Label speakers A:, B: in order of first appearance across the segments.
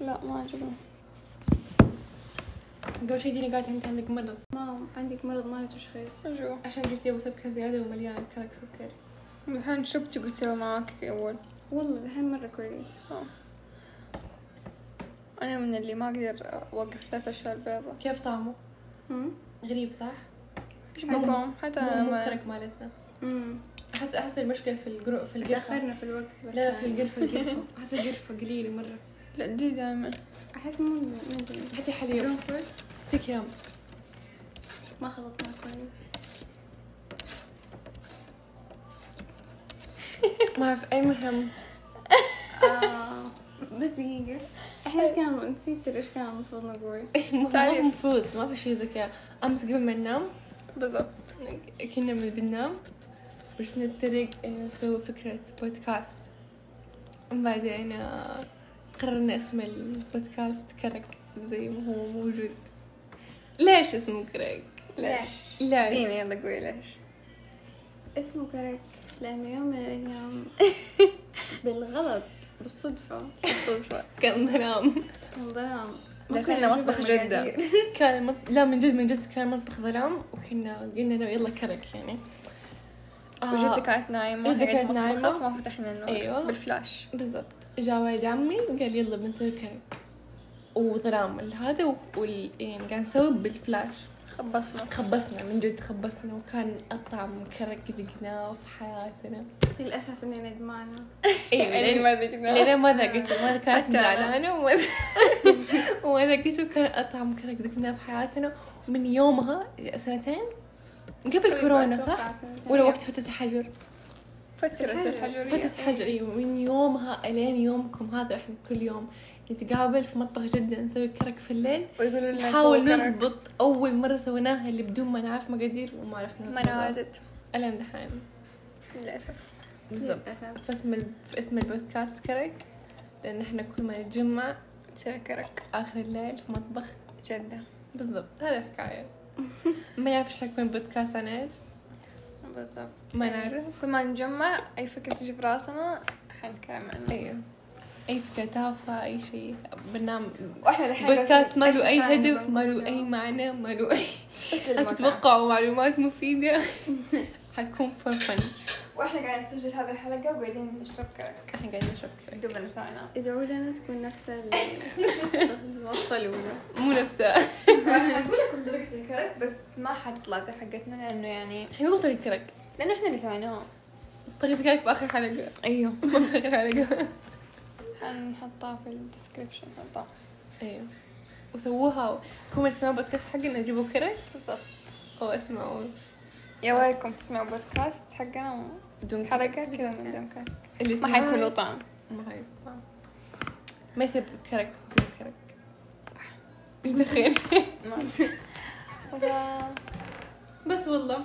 A: ما عجبني
B: قبل شوي دينا قالت انت عندك مرض
A: ما عندك مرض ما له تشخيص رجوع
B: عشان قلت يبغى سكر زياده ومليان كرك سكر
A: الحين شربتي قلت سوي معاك اول
C: والله الحين مرة كويس أنا من اللي ما أقدر أوقف ثلاث أشهر بيضة
B: كيف طعمه
C: أمم.
B: غريب صح
C: حكم حتى
B: مو مو
C: ما
B: كرك مالتنا
C: أمم.
B: احس احس المشكله في الجرو في القرفه لا
C: تأخرنا في الوقت بس
B: لا في
C: يعني.
B: القرفه القرفه احس القرفه قليله مره
C: لا دي دائما أحس مو ما أدري
B: حتى حليب فيك يوم
C: ما خلطنا كويس
B: ما اعرف اي مهم
C: آه، بس دقيقة احنا ايش كان نسيت ايش كان المفروض نقول
B: تعرف
C: تعرف.
B: المفروض ما في شيء زي كذا امس قبل ما ننام
C: بالضبط
B: كنا من بننام بس نتريق إنه نسوي آه، فكرة بودكاست بعدين آه، قررنا اسم البودكاست كرك زي ما هو موجود ليش اسمه كرك؟
C: ليش؟
B: لا
C: دينا يلا قولي ليش اسمه كرك لأنه يوم من الأيام بالغلط بالصدفة بالصدفة
B: كان ظلام
C: انظلام
A: دخلنا مطبخ جدة.
B: كان المط- لا من جد من جد كان المطبخ ظلام وكنا قلنا إنه يلا كرك يعني آه،
C: وجدة كانت نايمة
B: جدة
C: وإحنا
B: كانت
C: قاعدين
B: نايمة.
C: نطبخ، يعني ما فتحنا النور
B: أيوة.
C: بالفلاش
B: بالضبط جا والد عمي قال يلا بنسوي كرك وظلام هذا و- وال يعني قاعد نسوي بالفلاش
C: خبصنا
B: خبصنا من جد خبصنا وكان الطعم كرك ذقناه في حياتنا
C: للأسف إني ندمانة يعني
B: ايوه لأن-
C: ذقناه
B: لأن ما
C: آه.
B: ذاقته ما كانت
C: حتى أنا.
B: زعلانة وما- وما ذاقته كان أطعم كرك ذقناه في حياتنا ومن يومها سنتين
C: طيب،
B: قبل كورونا صح؟ ولا وقت فترة الحجر
C: فترة الحجرية
B: فترة الحجر ايوه من يومها الين يومكم هذا احنا كل يوم نتقابل في مطبخ جدة نسوي كرك في الليل
C: ويقولوا لنا
B: نحاول
C: سووا كرك.
B: نزبط أول مرة سويناها اللي بدون ما نعرف مقادير وما عرفنا
C: ما
B: نسويها.
C: نعادت
B: ألين دحين
C: للأسف
B: بالضبط
C: للأسف
B: في اسم ال- في اسم البودكاست كرك لأن احنا كل ما نتجمع
C: تسوي كرك
B: آخر الليل في مطبخ
C: جدة
B: بالضبط هذا الحكاية ما نعرف ايش حيكون البودكاست عن ايش
C: بالضبط
B: ما نعرف
C: كل ما نجمع أي فكرة تجي في راسنا حنتكلم عنها
B: ايوه أي فكرة تافهة أي شيء برنامج
C: واحنا الحين
B: بودكاست
C: بس
B: ما له أي
C: نتفاهم
B: هدف ما له
C: بنقول
B: أي معنى ما له أي
C: بس
B: لا
C: للمتعة.
B: تتوقعوا معلومات مفيدة حيكون فور فن
C: واحنا قاعدين نسجل هذه الحلقة وقاعدين نشرب كرك
B: احنا قاعدين نشرب كرك
C: دوبنا سوينا
A: ادعوا لنا تكون نفس ال- الوصفة الأولى
B: مو نفسها
C: حنقول إيه، لكم طريقة الكرك بس ما حتطلع زي حقتنا لأنه يعني
B: حيكون طريق كرك
C: لأنه احنا اللي سويناها
B: طريق كرك بآخر حلقة
C: ايوه
B: بآخر حلقة
C: حنحطها في الديسكربشن حنحطها
B: ايوه وسووها كومنت سمعوا بودكاست حقنا جيبوا كرك
C: بالضبط
B: واسمعوا
C: يا ويلكم تسمعوا بودكاست حقنا
B: بدون كرك
C: حلقة كذا من دون كرك
B: اللي
C: ما
B: يسمعها-
C: حيكون له طعم
B: ما حيكون طعم. ما يصير كرك بدون كرك صح دخيل
C: ما أدري. وذا-
B: بس والله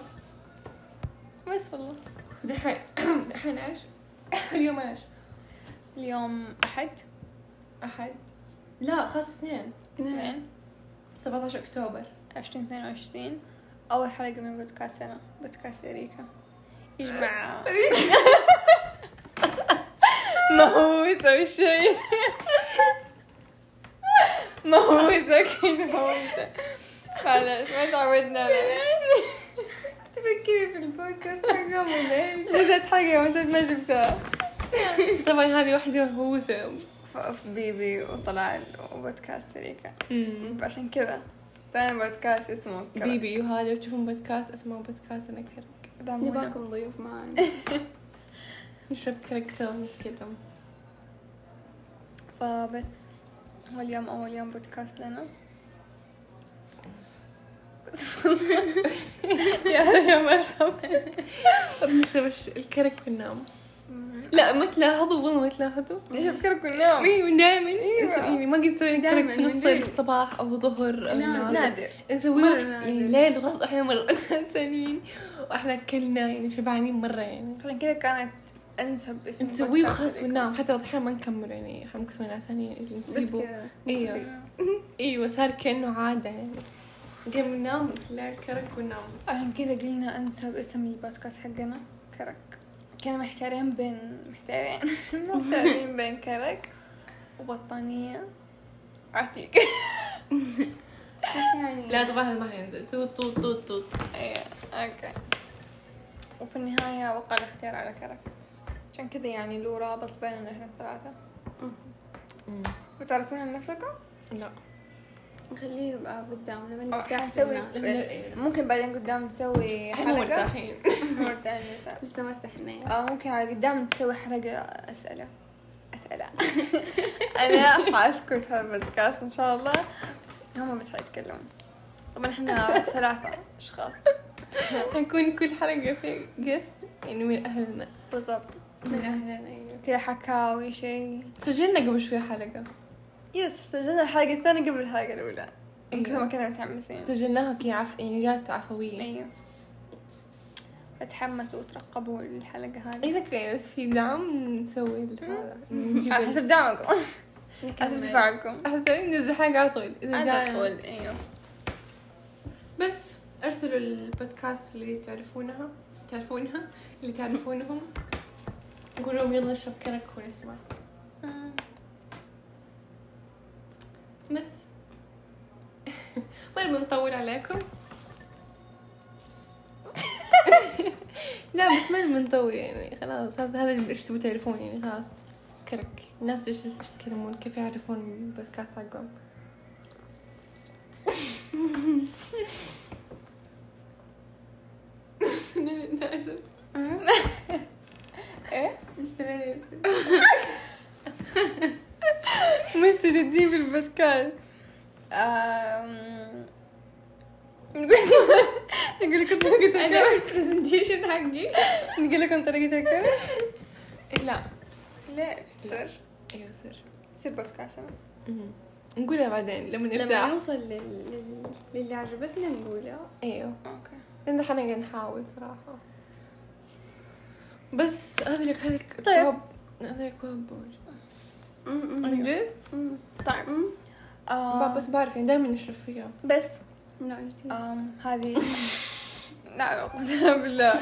C: بس والله
B: دحين دحين ايش؟ اليوم ايش؟
C: اليوم أحد
B: احد لا خلاص اثنين
C: اثنين
B: 17 اكتوبر
C: عشرين اثنين وعشرين أول حلقة من بودكاست أنا بودكاست أريكا يجمع
B: ما هو يسوي شيء
C: مهووسة أكيد مهووسة معلش ما تعودنا عليه. تفكري في البودكاست حقهم ولا إيش؟ نزلت حلقة بس ما شفتها
B: طبعا هذه واحدة مهووسة
C: فأف بيبي وطلع البودكاست ريكا عشان كذا سوينا بودكاست اسمه كرك.
B: بيبي وهذا تشوفون بودكاست اسمه بودكاست انا كرك
C: دعمونا
A: نبغاكم ضيوف معنا
B: نشرب كرك سوا نتكلم
C: فبس هو اليوم أول يوم بودكاست لنا بس يا هلا يا مرحبا
B: بنشرب الش- الكرك وننام لا ما تلاحظوا والله ما تلاحظوا
C: نشوف كرك
A: نعم.
C: وننام
B: ايوه دائما
A: إيه،
C: أيوة.
B: يعني ما قد سوينا كرك
C: دايماً
B: في نص
C: من جد.
B: الصباح او ظهر او
A: نعم.
B: النهار.
C: نادر
B: نسوي
A: مرة
B: وقت يعني
A: نادر.
B: ليل وخلاص احنا مرة سنين واحنا اكلنا يعني شبعانين مرة يعني
C: عشان كذا كانت انسب اسم
B: نسويه
C: بودكاست
B: وخلاص
C: لكم.
B: وننام حتى احيانا ما نكمل يعني احنا ممكن سوينا عشان
A: Dus
B: نسيبه
A: eh,
C: إيوه.
B: ايوه
C: أيوه.
B: ايوه صار كانه عادة يعني قام ننام لا الكرك وننام
C: عشان كذا قلنا انسب اسم للبودكاست حقنا كرك كنا محتارين بين محتارين محتارين بين كرك وبطانية اعطيك
B: لا طبعا هذا ما حينزل سوي طوط طوط طوط
C: ايه اوكي وفي النهاية وقع الاختيار على كرك عشان كذا يعني له رابط بيننا احنا الثلاثة وتعرفون عن نفسكم؟
B: لا
A: خليه يبقى قدامنا من
C: أو
A: قاعد
C: حنسوي
B: إيه.
C: ممكن بعدين قدام نسوي
B: احنا
C: حلقة
B: مرتاحين
C: مرتاحين يسار
A: لسه ما ارتحنا
C: أو ممكن على قدام نسوي حلقة أسئلة أسئلة أنا حأسكت هذا البودكاست إن شاء الله هم بس حيتكلمون طبعا احنا ثلاثة أشخاص
B: حنكون كل حلقة في جيست يعني من أهلنا
C: بالضبط
A: من اهلنا ايوه
C: كذا حكاوي شيء
B: سجلنا قبل شوي حلقة
C: يس سجلنا الحلقة الثانية قبل الحلقة الأولى
B: أيوة.
C: كذا ما كنا متحمسين
B: سجلناها كي عف يعني جات عفوية
C: أيوة اتحمسوا وترقبوا الحلقة هذه
B: إذا كان في دعم نسوي هذا يعني نجيب
C: على حسب آه، دعمكم حسب
A: نكمل.
C: دفاعكم
B: حسب ننزل حلقة على طول إذا
C: على
B: جانا.
C: طول ايوه
B: بس أرسلوا البودكاست اللي تعرفونها تعرفونها اللي تعرفونهم قولوا لهم يلا نشرب كرك ونسمع بس ما نبي نطول عليكم لا بس ما نبي نطول يعني خلاص هذا هذا اللي ايش تبوا تعرفون يعني خلاص كرك الناس ليش ليش يتكلمون كيف يعرفون البودكاست حقهم
C: ايه
B: استريت
C: مستجدين في البودكاست آم، نقول نقول لكم
A: انا
C: طريقة الكلام
A: البرزنتيشن حقي
C: نقول لكم طريقة الكلام
B: لا
C: لا سر
B: ايوه سر
C: سر بودكاست
B: مهم. نقولها بعدين لما
A: لما
B: نبدا
A: نوصل لل... لل... للي عجبتنا نقوله
B: ايوه
C: اوكي
B: لان احنا قاعد نحاول صراحه بس هذه لك هذه لك
C: طيب.
B: أكواب- هذه الاكواب
A: م- م-
B: من جد؟
A: م.
C: طيب
A: م.
C: آم،
B: بس بعرف يعني دائما نشرب فيها
C: بس
A: لا قلتي.
C: آم، هذه لا لا قسما بالله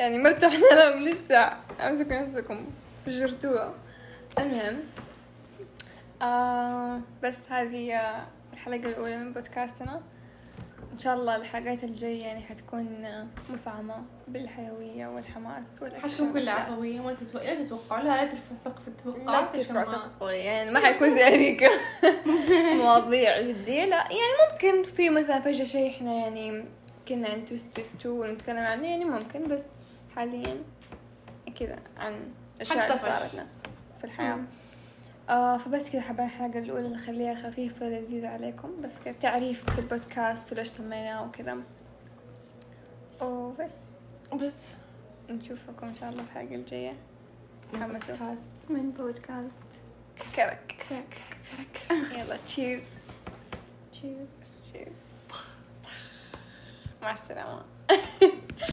C: يعني ما ارتحنا لهم لسه امسكوا نفسكم فجرتوها المهم آه بس هذه الحلقة الأولى من بودكاستنا إن شاء الله الحلقات الجاية يعني حتكون مفعمة بالحيوية والحماس والأكشن
B: حشو كل
C: لا.
B: عفوية ما تتوقع لا تتوقع لا ترفع سقف
C: لا
B: التوقعات عشان
C: ترفع
B: ما-
C: تقولي يعني ما حيكون زي هذيك مواضيع جدية لا يعني ممكن في مثلا فجأة شيء احنا يعني كنا انترستد تو ونتكلم عنه يعني ممكن بس حاليا كذا عن الأشياء اللي
B: حنطفش.
C: صارت لنا في الحياة آه فبس كذا حابين الحلقة الأولى نخليها خفيفة لذيذة عليكم بس كذا تعريف في البودكاست وليش سميناه وكذا وبس
B: بس
C: نشوفكم إن شاء الله في الحلقة الجاية تحمسوا
B: بودكاست
A: من بودكاست
C: كرك
B: كرك كرك كرك
C: يلا تشيرز
A: تشيرز
C: Cheers. مع السلامة